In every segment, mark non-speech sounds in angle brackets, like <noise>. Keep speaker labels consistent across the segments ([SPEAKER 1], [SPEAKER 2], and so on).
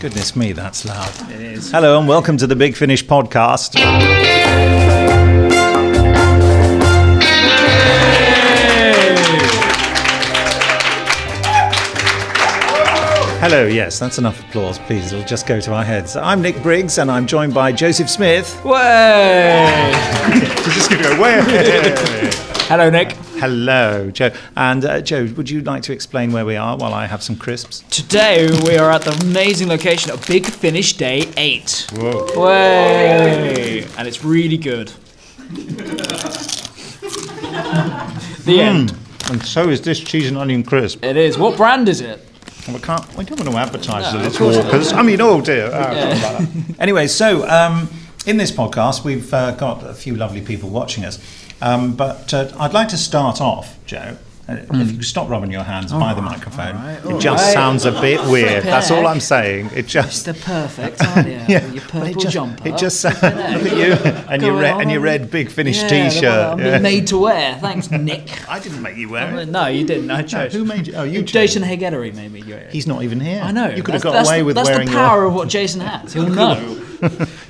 [SPEAKER 1] Goodness me, that's loud. It is. Hello and welcome to the Big Finish podcast. Hello, yes, that's enough applause, please. It'll just go to our heads. I'm Nick Briggs and I'm joined by Joseph Smith.
[SPEAKER 2] Way!
[SPEAKER 1] Just Oh, give it away.
[SPEAKER 2] Hello, Nick.
[SPEAKER 1] <laughs> Hello, Joe. And uh, Joe, would you like to explain where we are while I have some crisps?
[SPEAKER 2] Today we are at the amazing location of Big Finish Day 8. Whoa. Way! And it's really good. the
[SPEAKER 1] Hmm.
[SPEAKER 2] end.
[SPEAKER 1] And so is this cheese and onion crisp.
[SPEAKER 2] It is. What brand is it?
[SPEAKER 1] We can't. We don't want to advertise the little walkers. I mean, oh dear. Oh, about that. anyway, so um, in this podcast, we've uh, got a few lovely people watching us, um, but uh, I'd like to start off, Joe. Uh,
[SPEAKER 2] Hmm.
[SPEAKER 1] If you stop rubbing your hands by the microphone, it just
[SPEAKER 2] right.
[SPEAKER 1] sounds a bit weird. That's all
[SPEAKER 2] heck.
[SPEAKER 1] I'm saying. It just.
[SPEAKER 2] The perfect, aren't you?
[SPEAKER 1] <laughs> Yeah,
[SPEAKER 2] Your
[SPEAKER 1] but
[SPEAKER 2] purple
[SPEAKER 1] it just,
[SPEAKER 2] jumper.
[SPEAKER 1] It just look <laughs> at you and your
[SPEAKER 2] Going
[SPEAKER 1] red and
[SPEAKER 2] on.
[SPEAKER 1] your red big Finnish
[SPEAKER 2] Yeah, the one
[SPEAKER 1] T-shirt.
[SPEAKER 2] I'm
[SPEAKER 1] Yeah.
[SPEAKER 2] made to wear. Thanks, Nick.
[SPEAKER 1] I didn't make you wear it.
[SPEAKER 2] <laughs> no, you didn't. I chose.
[SPEAKER 1] Who made you? Oh, you. chose.
[SPEAKER 2] Jason Hegedary made me. wear it.
[SPEAKER 1] He's not even here.
[SPEAKER 2] I know.
[SPEAKER 1] You could have
[SPEAKER 2] that's-
[SPEAKER 1] got
[SPEAKER 2] that's
[SPEAKER 1] away
[SPEAKER 2] the-
[SPEAKER 1] with
[SPEAKER 2] that's
[SPEAKER 1] wearing
[SPEAKER 2] the power
[SPEAKER 1] your.
[SPEAKER 2] of what Jason has. He'll know.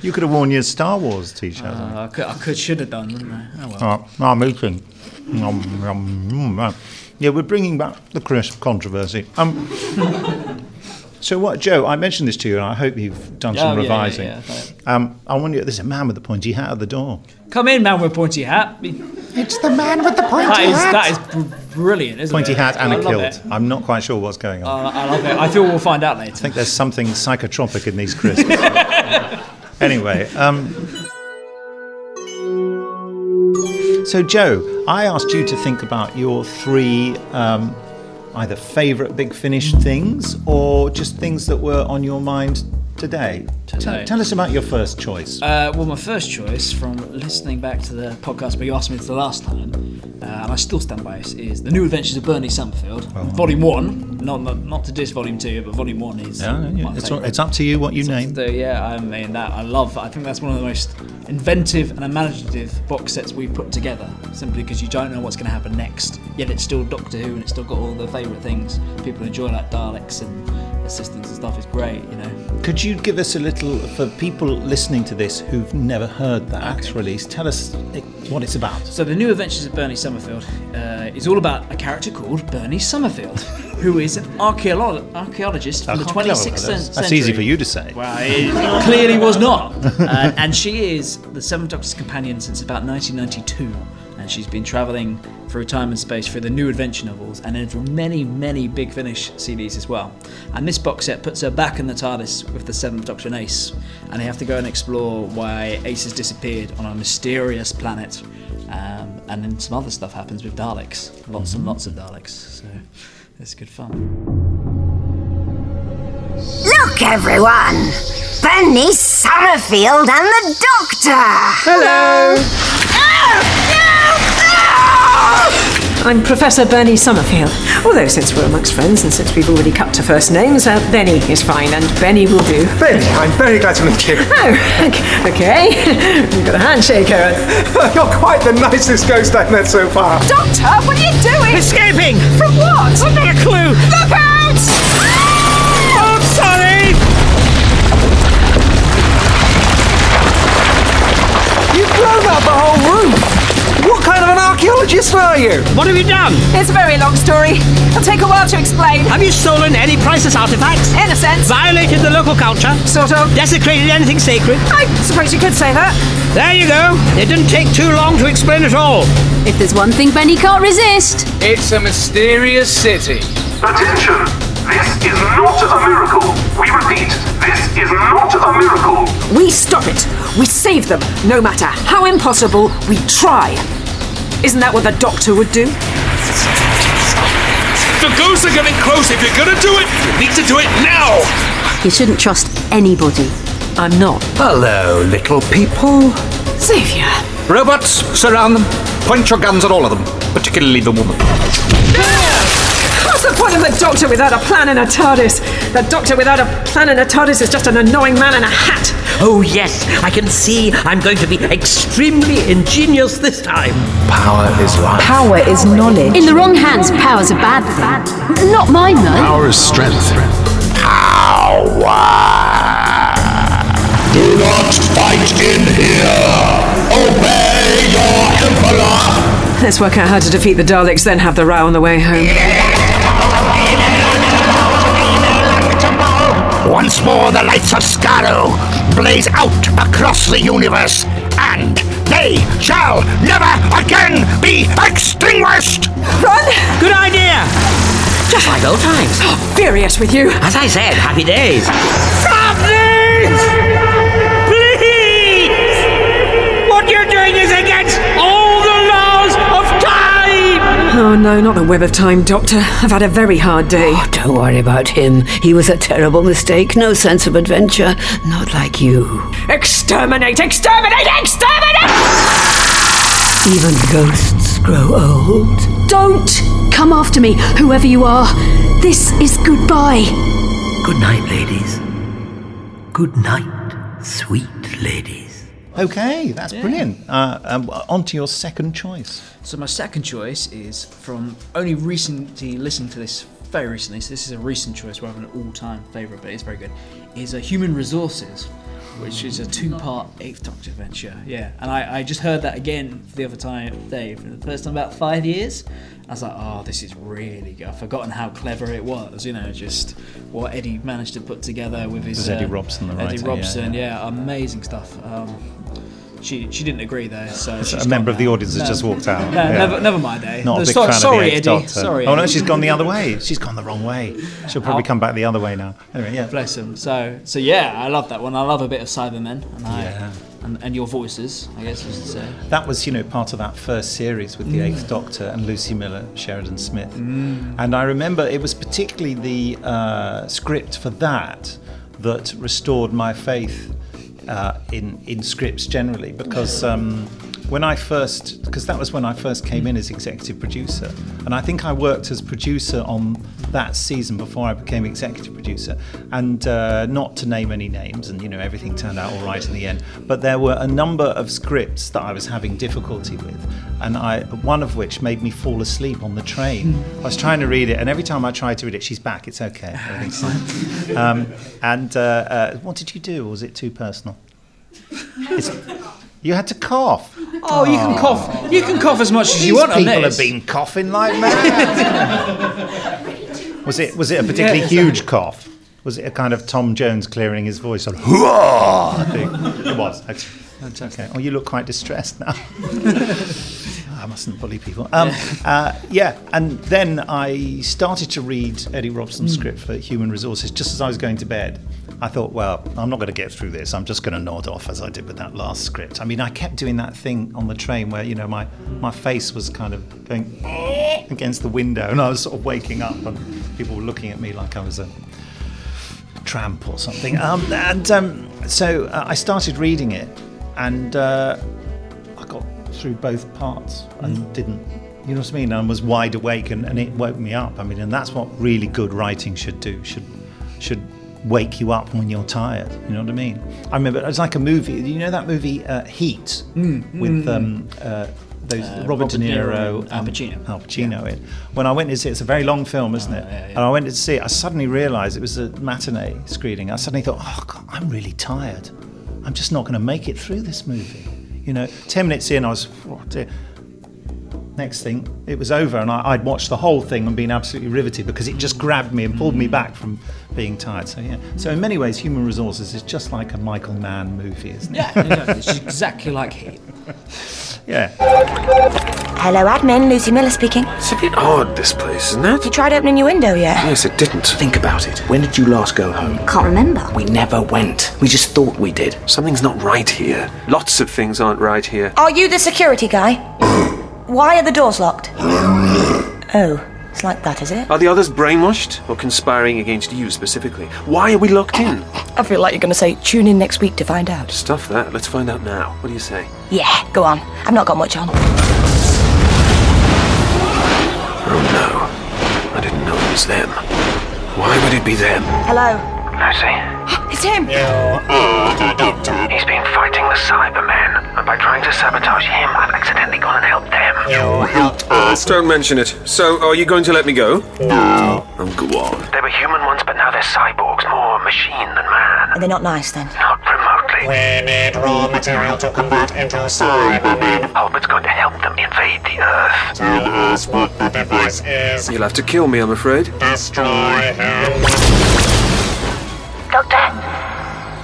[SPEAKER 1] You could have worn your Star Wars T-shirt.
[SPEAKER 2] Uh, I could, I could should have done, wouldn't I? Oh well.
[SPEAKER 1] Oh, I'm eating. Nom, nom, nom, nom. Yeah, we're bringing back the crisp controversy. Um, <laughs> so what, Joe? I mentioned this to you, and I hope you've done
[SPEAKER 2] Oh,
[SPEAKER 1] some
[SPEAKER 2] yeah, yeah,
[SPEAKER 1] revising.
[SPEAKER 2] yeah, right.
[SPEAKER 1] Um, I wonder. There's a man with a pointy hat at the door.
[SPEAKER 2] Come in, man with pointy hat. That is
[SPEAKER 1] It's the man with the pointy
[SPEAKER 2] that is br- brilliant, isn't
[SPEAKER 1] pointy
[SPEAKER 2] it?
[SPEAKER 1] hat and
[SPEAKER 2] I
[SPEAKER 1] a
[SPEAKER 2] love
[SPEAKER 1] kilt.
[SPEAKER 2] it.
[SPEAKER 1] I'm not quite sure what's going on.
[SPEAKER 2] I, I love it. I feel we'll find out later.
[SPEAKER 1] I think there's something psychotropic in these crisps. anyway, um, so Joe, I asked you to think about your three um, either favourite Big Finish things or just things that were on your mind today. Tell-
[SPEAKER 2] Today.
[SPEAKER 1] Tell, us about your first choice.
[SPEAKER 2] Uh, well, my first choice from listening back to the podcast where you asked me to the last time, uh, and I still stand by it, is The New Adventures of Bernie Summerfield, Volume 1. Not, not, not to diss Volume 2, but Volume 1 is.
[SPEAKER 1] No, no,
[SPEAKER 2] my
[SPEAKER 1] yeah, it's, all-
[SPEAKER 2] favourite.
[SPEAKER 1] it's up to you what you name.
[SPEAKER 2] So yeah, I mean that I love. I think that's one of the most inventive and imaginative box sets we've put together. Simply because you don't know what's going to happen next. Yet it's still Doctor Who, and it's still got all the favourite things. People enjoy like Daleks and assistants and stuff. It's great, you know.
[SPEAKER 1] Could you give us a little, for people listening to this who've never heard that release, tell us eh, what it's about.
[SPEAKER 2] So the new Adventures of Bernie Summerfield uh, is all about a character called Bernie Summerfield, who is an archaeolo- archaeologist from the 26th cen-
[SPEAKER 1] That's-
[SPEAKER 2] century.
[SPEAKER 1] That's easy for you to say.
[SPEAKER 2] Well, it clearly was not. Uh, and she is the Seventh Doctor's companion since about 1992. And she's been travelling through time and space through the new adventure novels and then through many, many Big Finish CDs as well. And this box set puts her back in the TARDIS with the Seventh Doctor and Ace. And they have to go and explore why Ace has disappeared on a mysterious planet. Um, and then some other stuff happens with Daleks. Lots and lots of Daleks. So it's good fun.
[SPEAKER 3] Look, everyone! Bernie Summerfield and the Doctor!
[SPEAKER 4] I'm Professor Bernie Summerfield. Although, since we're amongst friends and since we've already cut to first names, uh, Benny is fine, and Benny will do.
[SPEAKER 5] Benny, I'm very glad to meet you.
[SPEAKER 4] <laughs> Oh, ok- okay. <laughs> You've got a handshake, Owen.
[SPEAKER 5] <laughs> You're quite the nicest ghost I've met so far.
[SPEAKER 4] Doctor, what are you doing? Escaping! From what? I've got a clue. Look out!
[SPEAKER 6] Ah!
[SPEAKER 4] I'm sorry!
[SPEAKER 5] You've blown up the whole roof. What kind of an archaeologist are you?
[SPEAKER 6] What have you done?
[SPEAKER 4] It's a very long story. It'll take a while to explain.
[SPEAKER 6] Have you stolen any priceless artifacts?
[SPEAKER 4] In a sense,
[SPEAKER 6] Violated the local culture?
[SPEAKER 4] sort of.
[SPEAKER 6] Desecrated anything sacred?
[SPEAKER 4] I suppose you could say that.
[SPEAKER 6] There you go. It didn't take too long to explain it all.
[SPEAKER 7] If there's one thing Benny can't resist,
[SPEAKER 8] It's a mysterious city.
[SPEAKER 9] Attention! This is not a miracle. We repeat, this is not a miracle.
[SPEAKER 4] We stop it. We save them, no matter how impossible we try. Isn't that what the doctor would do?
[SPEAKER 9] The ghosts are getting close. If you're gonna do it, you need to do it now.
[SPEAKER 7] you shouldn't trust anybody.
[SPEAKER 4] I'm not.
[SPEAKER 5] Hello, little people.
[SPEAKER 4] Xavier.
[SPEAKER 5] Robots, surround them. Point your guns at all of them, particularly the woman.
[SPEAKER 4] What's the point of the doctor without a plan and a TARDIS? The doctor without a plan and a TARDIS is just an annoying man in a hat.
[SPEAKER 6] Oh, yes. I can see I'm going to be extremely ingenious this time.
[SPEAKER 5] Power is life.
[SPEAKER 4] Power is knowledge.
[SPEAKER 7] In the wrong hands, power's a bad thing. N- Not mine, though.
[SPEAKER 5] Power is strength.
[SPEAKER 10] Do not fight in here! Obey your Emperor!
[SPEAKER 4] Let's work out how to defeat the Daleks, then have the row on the way home.
[SPEAKER 10] Once more, the lights of Skaro blaze out across the universe, and they shall never again be extinguished!
[SPEAKER 4] Run!
[SPEAKER 6] Good idea! Just like old times.
[SPEAKER 4] Furious with you!
[SPEAKER 6] As I said, happy days. Stop this! Please! What you're doing is against all the laws of time!
[SPEAKER 4] Oh no, not the web of time, Doctor. I've had a very hard day.
[SPEAKER 11] Oh, Don't worry about him. He was a terrible mistake. No sense of adventure. Not like you.
[SPEAKER 4] Exterminate! Exterminate! Exterminate!
[SPEAKER 11] Even ghosts grow old.
[SPEAKER 7] Don't come after me, whoever you are. This is goodbye.
[SPEAKER 6] Good night, ladies. Good night, sweet ladies.
[SPEAKER 1] Okay, that's brilliant. Uh, um, on to your second choice.
[SPEAKER 2] So my second choice is from only recently listened to this very recently. So this is a recent choice rather than an all-time favourite, but it's very good. Is a Human Resources, which is a two-part Eighth Doctor adventure. Yeah, and I, I just heard that again for the other time day for the first time about five years. I was like, oh, this is really good. I've forgotten how clever it was. You know, just what Eddie managed to put together with his uh,
[SPEAKER 1] There's Eddie Robson, the writer,
[SPEAKER 2] Eddie
[SPEAKER 1] yeah,
[SPEAKER 2] Robson, yeah, amazing stuff. Um, she she didn't agree though, so she's
[SPEAKER 1] a member
[SPEAKER 2] gone
[SPEAKER 1] of the
[SPEAKER 2] now.
[SPEAKER 1] audience has
[SPEAKER 2] No.
[SPEAKER 1] just walked out.
[SPEAKER 2] No,
[SPEAKER 1] Yeah.
[SPEAKER 2] never, never mind, eh?
[SPEAKER 1] Not
[SPEAKER 2] No,
[SPEAKER 1] a big
[SPEAKER 2] so-
[SPEAKER 1] fan
[SPEAKER 2] sorry,
[SPEAKER 1] of the Eighth
[SPEAKER 2] Eddie.
[SPEAKER 1] Doctor.
[SPEAKER 2] Sorry,
[SPEAKER 1] Oh no,
[SPEAKER 2] Eddie.
[SPEAKER 1] she's gone the other way. She's gone the wrong way. She'll probably
[SPEAKER 2] Ow.
[SPEAKER 1] come back the other way now. Anyway, yeah.
[SPEAKER 2] Bless him. So so yeah, I love that one. I love a bit of Cybermen, and I
[SPEAKER 1] Yeah.
[SPEAKER 2] and, and your voices, I guess you should say.
[SPEAKER 1] That was, you know, part of that first series with the Eighth Doctor and Lucy Miller, Sheridan Smith. And I remember it was particularly the uh, script for that that restored my faith uh, in in scripts generally, because um, when I first, because that was when I first came in as executive producer, and I think I worked as producer on that season before I became executive producer. And uh, not to name any names, and you know everything turned out all right in the end. But there were a number of scripts that I was having difficulty with, and I one of which made me fall asleep on the train. I was trying to read it, and every time I tried to read it, she's back. It's okay. Everything's fine. Um, and uh, uh, what did you do? Or was it too personal? It's- you had to cough.
[SPEAKER 2] Oh, you can cough. You can cough as much as you
[SPEAKER 1] These
[SPEAKER 2] want on
[SPEAKER 1] people
[SPEAKER 2] this.
[SPEAKER 1] have been coughing like mad. was it was it a particularly
[SPEAKER 2] Yeah, it's
[SPEAKER 1] huge cough? Was it a kind of Tom Jones clearing his voice? Sort of, "Hooah!" I think it was. actually. Okay. Oh, you look quite distressed now. <laughs> I mustn't bully people. Um, uh, yeah, and then I started to read Eddie Robson's script for Human Resources just as I was going to bed. I thought, well, I'm not going to get through this. I'm just going to nod off as I did with that last script. I mean, I kept doing that thing on the train where, you know, my, my face was kind of going against the window and I was sort of waking up and people were looking at me like I was a tramp or something. Um, and um, so uh, I started reading it and uh, I got through both parts and didn't, you know what I mean? And was wide awake and, and it woke me up. I mean, and that's what really good writing should do, should, should wake you up when you're tired. You know what I mean? I remember it was like a movie, you know that movie uh, Heat with um, uh, those Robert, De Niro,
[SPEAKER 2] Al
[SPEAKER 1] um,
[SPEAKER 2] Pacino.
[SPEAKER 1] Al Pacino in. When I went to see it, it's a very long film, isn't it? And I went to see it, I suddenly realised it was a matinee screening. I suddenly thought, oh, God, I'm really tired. I'm just not going to make it through this movie. You know, 10 minutes in, I was, oh dear. Next thing, it was over, and I, I'd watched the whole thing and been absolutely riveted because it just grabbed me and pulled me back from being tired. So, yeah. So, in many ways, Human Resources is just like a Michael Mann movie, isn't
[SPEAKER 2] <laughs>
[SPEAKER 1] it?
[SPEAKER 2] Yeah, exactly. It's just exactly like he.
[SPEAKER 1] <laughs> Yeah.
[SPEAKER 12] Hello, admin. Lucy Miller speaking.
[SPEAKER 5] It's a bit odd, this place, isn't it?
[SPEAKER 12] You tried opening your window yet?
[SPEAKER 5] Yes, it didn't. Think about it. When did you last go home?
[SPEAKER 3] Can't remember.
[SPEAKER 5] We never went. We just thought we did. Something's not right here. Lots of things aren't right here.
[SPEAKER 12] Are you the security guy? Why are the doors locked? Oh, it's like that, is it?
[SPEAKER 5] Are the others brainwashed or conspiring against you specifically? Why are we locked in?
[SPEAKER 12] I feel like you're going to say, tune in next week to find out.
[SPEAKER 5] Stuff that. Let's find out now. What do you say?
[SPEAKER 12] Yeah, go on. I've not got much on.
[SPEAKER 5] Oh no. I didn't know it was them. Why would it be them?
[SPEAKER 12] Hello.
[SPEAKER 9] Lucy,
[SPEAKER 12] It's him.
[SPEAKER 9] he's been fighting the Cybermen, and by trying to sabotage him, I've accidentally gone and helped them.
[SPEAKER 5] Don't mention it. So, are you going to let me go? No. Oh, go on.
[SPEAKER 9] They were human once, but now they're cyborgs, more machine than man.
[SPEAKER 12] Are they not nice then?
[SPEAKER 9] We need raw material to convert into Cybermen. Albert's going to help them invade the Earth. Tell us what the device
[SPEAKER 2] Oh,
[SPEAKER 9] is.
[SPEAKER 5] You'll have to kill me, I'm afraid.
[SPEAKER 9] Destroy him.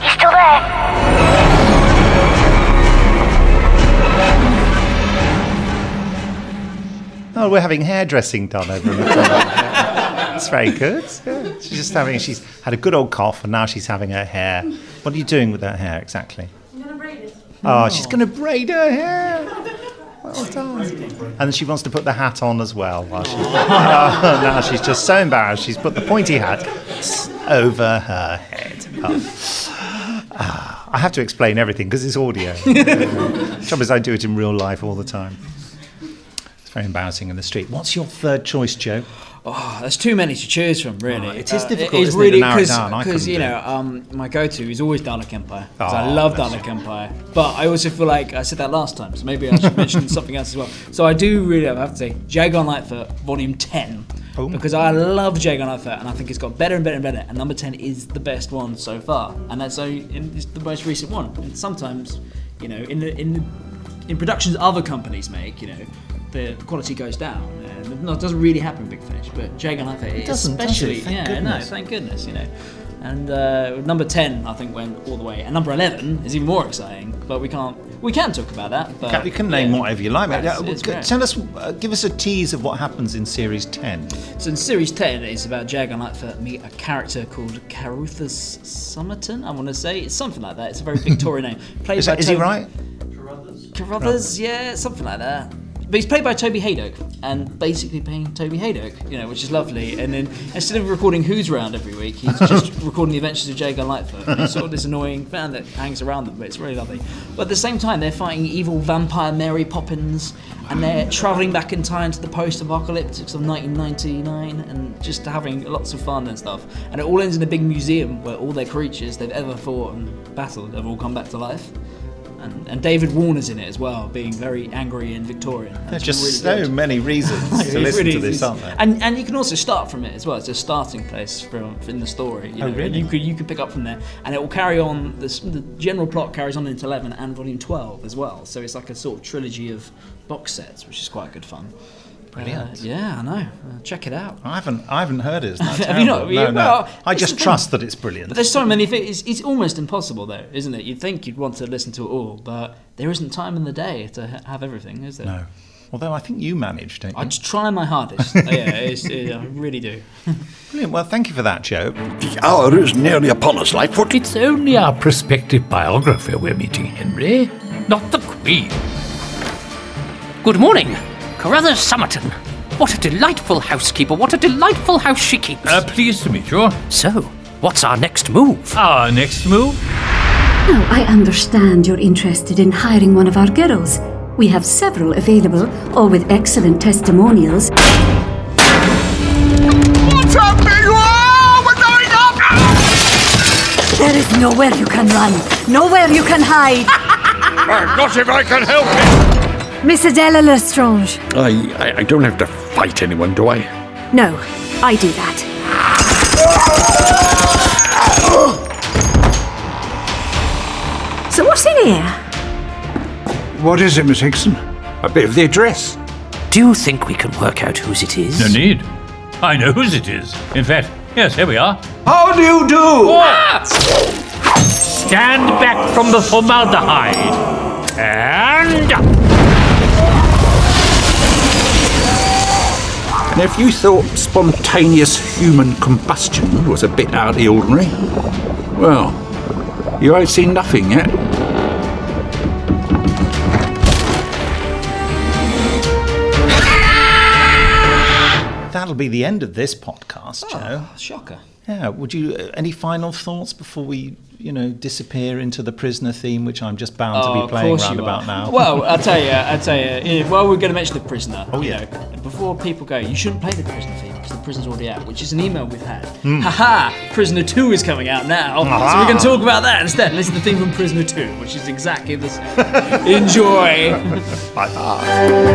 [SPEAKER 3] He's still there.
[SPEAKER 1] Oh, we're having hairdressing done over in the corner. It's very good. Yeah. She's just having. She's had a good old cough, and now she's having her hair. What are you doing with her hair exactly?
[SPEAKER 13] I'm gonna braid it.
[SPEAKER 1] Oh, she's going to braid her hair. Well
[SPEAKER 13] done.
[SPEAKER 1] And she wants to put the hat on as well. While she's, Oh, <laughs> now she's just so embarrassed. She's put the pointy hat s- over her head. Oh. Ah, I have to explain everything because it's audio. <laughs> Trouble is, I do it in real life all the time. It's very embarrassing in the street. What's your third choice, Joe?
[SPEAKER 2] Oh, there's too many to choose from, really. Uh,
[SPEAKER 1] it is difficult,
[SPEAKER 2] It's
[SPEAKER 1] isn't it, to
[SPEAKER 2] really
[SPEAKER 1] narrow it
[SPEAKER 2] because
[SPEAKER 1] down? I couldn't
[SPEAKER 2] you
[SPEAKER 1] do
[SPEAKER 2] know um, my go-to is always Dalek Empire. 'cause I
[SPEAKER 1] Oh,
[SPEAKER 2] love
[SPEAKER 1] bless
[SPEAKER 2] Dalek Empire, but I also feel like I said that last time, so maybe I
[SPEAKER 1] <laughs>
[SPEAKER 2] should mention something else as well. So I do really I have to say Jagon Lightfoot Volume Ten because I love Jagon Lightfoot and I think it's got better and better and better. And number ten is the best one so far, and that's only and it's the most recent one. And sometimes, you know, in the in the, in productions other companies make, you know. The quality goes down, and no, it doesn't really happen in Big Finish. But Jagon Lightfoot
[SPEAKER 1] It doesn't, does it?
[SPEAKER 2] especially,
[SPEAKER 1] Thank
[SPEAKER 2] yeah,
[SPEAKER 1] goodness.
[SPEAKER 2] no, thank goodness, you know. And uh, number ten, I think, went all the way, and number eleven is even more exciting. But we can't, we can talk about that. But
[SPEAKER 1] you can name whatever you like. mate.
[SPEAKER 2] That's-
[SPEAKER 1] Yeah,
[SPEAKER 2] Oh, it's
[SPEAKER 1] g-
[SPEAKER 2] great.
[SPEAKER 1] tell us, uh, give us a tease of what happens in series ten.
[SPEAKER 2] So in series 10, it's about Jagon Lightfoot meet a character called Caruthers Summerton, I want to say. It's something like that. It's a very Victorian name.
[SPEAKER 1] <laughs>
[SPEAKER 2] Played
[SPEAKER 1] Is,
[SPEAKER 2] by
[SPEAKER 1] that, is he
[SPEAKER 2] Toby-
[SPEAKER 1] right?
[SPEAKER 2] Caruthers, yeah, something like that. But he's played by Toby Haydock, and basically playing Toby Haydock, you know, which is lovely. And then instead of recording Who's Round every week, he's just recording the adventures of Jago Lightfoot. And it's sort of this annoying fan that hangs around them, but it's really lovely. But at the same time, they're fighting evil vampire Mary Poppins, and they're travelling back in time to the post-apocalyptics of 1999, and just having lots of fun and stuff. And it all ends in a big museum where all their creatures they've ever fought and battled have all come back to life. And, and David Warner's in it as well, being very angry and Victorian.
[SPEAKER 1] There's
[SPEAKER 2] That's
[SPEAKER 1] just
[SPEAKER 2] really
[SPEAKER 1] so
[SPEAKER 2] good.
[SPEAKER 1] many
[SPEAKER 2] <laughs>
[SPEAKER 1] reasons
[SPEAKER 2] Like,
[SPEAKER 1] to
[SPEAKER 2] it's
[SPEAKER 1] listen
[SPEAKER 2] really-
[SPEAKER 1] to this,
[SPEAKER 2] it's-
[SPEAKER 1] aren't there?
[SPEAKER 2] And and you can also start from it as well. It's a starting place from in the story. You
[SPEAKER 1] Oh,
[SPEAKER 2] know, and
[SPEAKER 1] really?
[SPEAKER 2] You could you could pick up from there, and it will carry on. The, s- the general plot carries on into eleven and volume twelve as well. So it's like a sort of trilogy of box sets, which is quite good fun.
[SPEAKER 1] Brilliant.
[SPEAKER 2] Uh, yeah, I know. Uh, check it out.
[SPEAKER 1] I haven't, I haven't heard it.
[SPEAKER 2] <laughs>
[SPEAKER 1] Isn't that
[SPEAKER 2] Have you
[SPEAKER 1] terrible?
[SPEAKER 2] not? You-
[SPEAKER 1] No, no.
[SPEAKER 2] well,
[SPEAKER 1] I
[SPEAKER 2] it's
[SPEAKER 1] just
[SPEAKER 2] the thing.
[SPEAKER 1] trust that it's brilliant.
[SPEAKER 2] But there's so many things. It's, it's almost impossible, though, isn't it? You'd think you'd want to listen to it all, but there isn't time in the day to ha- have everything, is there?
[SPEAKER 1] No. Although I think you managed, don't you?
[SPEAKER 2] I just try
[SPEAKER 1] <laughs>
[SPEAKER 2] my hardest. yeah, it's, yeah, I really do.
[SPEAKER 1] Brilliant. Well, thank you for that, Joe.
[SPEAKER 10] The hour is nearly upon us, Lightfoot.
[SPEAKER 14] It's only our prospective biographer we're meeting, Henry, not the Queen. Good morning, Carruthers Summerton. What a delightful housekeeper, what a delightful house she keeps. Uh, pleased to meet you. So, what's our next move? Our next move?
[SPEAKER 7] Now, I understand you're interested in hiring one of our girls. We have several available, all with excellent testimonials.
[SPEAKER 6] What's happening? Oh, we're going up!
[SPEAKER 7] There is nowhere you can run, nowhere you can hide.
[SPEAKER 10] Not if I can help it!
[SPEAKER 7] Mrs. Ella Lestrange.
[SPEAKER 10] I, I, I don't have to fight anyone, do I?
[SPEAKER 7] No, I do that. So, what's in here?
[SPEAKER 15] What is it, Miss Hickson? A bit of the address.
[SPEAKER 14] Do you think we can work out whose it is? No need. I know whose it is. In fact, yes, here we are.
[SPEAKER 15] How do you do?
[SPEAKER 14] Stand back from the formaldehyde. And.
[SPEAKER 15] And if you thought spontaneous human combustion was a bit out of the ordinary, well, you ain't seen nothing yet.
[SPEAKER 1] That'll be the end of this
[SPEAKER 2] Oh.
[SPEAKER 1] podcast, Joe.
[SPEAKER 2] Shocker.
[SPEAKER 1] Yeah. Would you? uh, Any final thoughts before we, you know, disappear into the prisoner theme, which I'm just bound to
[SPEAKER 2] Oh,
[SPEAKER 1] be
[SPEAKER 2] of
[SPEAKER 1] playing
[SPEAKER 2] course you
[SPEAKER 1] round about
[SPEAKER 2] are.
[SPEAKER 1] now? <laughs>
[SPEAKER 2] Well, I'll tell you, I'll tell you. yeah, Well, we're going to mention the prisoner. Oh, yeah. before people go, you shouldn't play the prisoner theme. because the prison's already out, which is an email we've had.
[SPEAKER 6] Hmm.
[SPEAKER 2] Haha, Prisoner 2 is coming out now, so
[SPEAKER 6] Aha.
[SPEAKER 2] we can talk about that instead. This is the theme from Prisoner 2, which is exactly the
[SPEAKER 1] <laughs>
[SPEAKER 2] same. Enjoy!
[SPEAKER 1] Bye bye.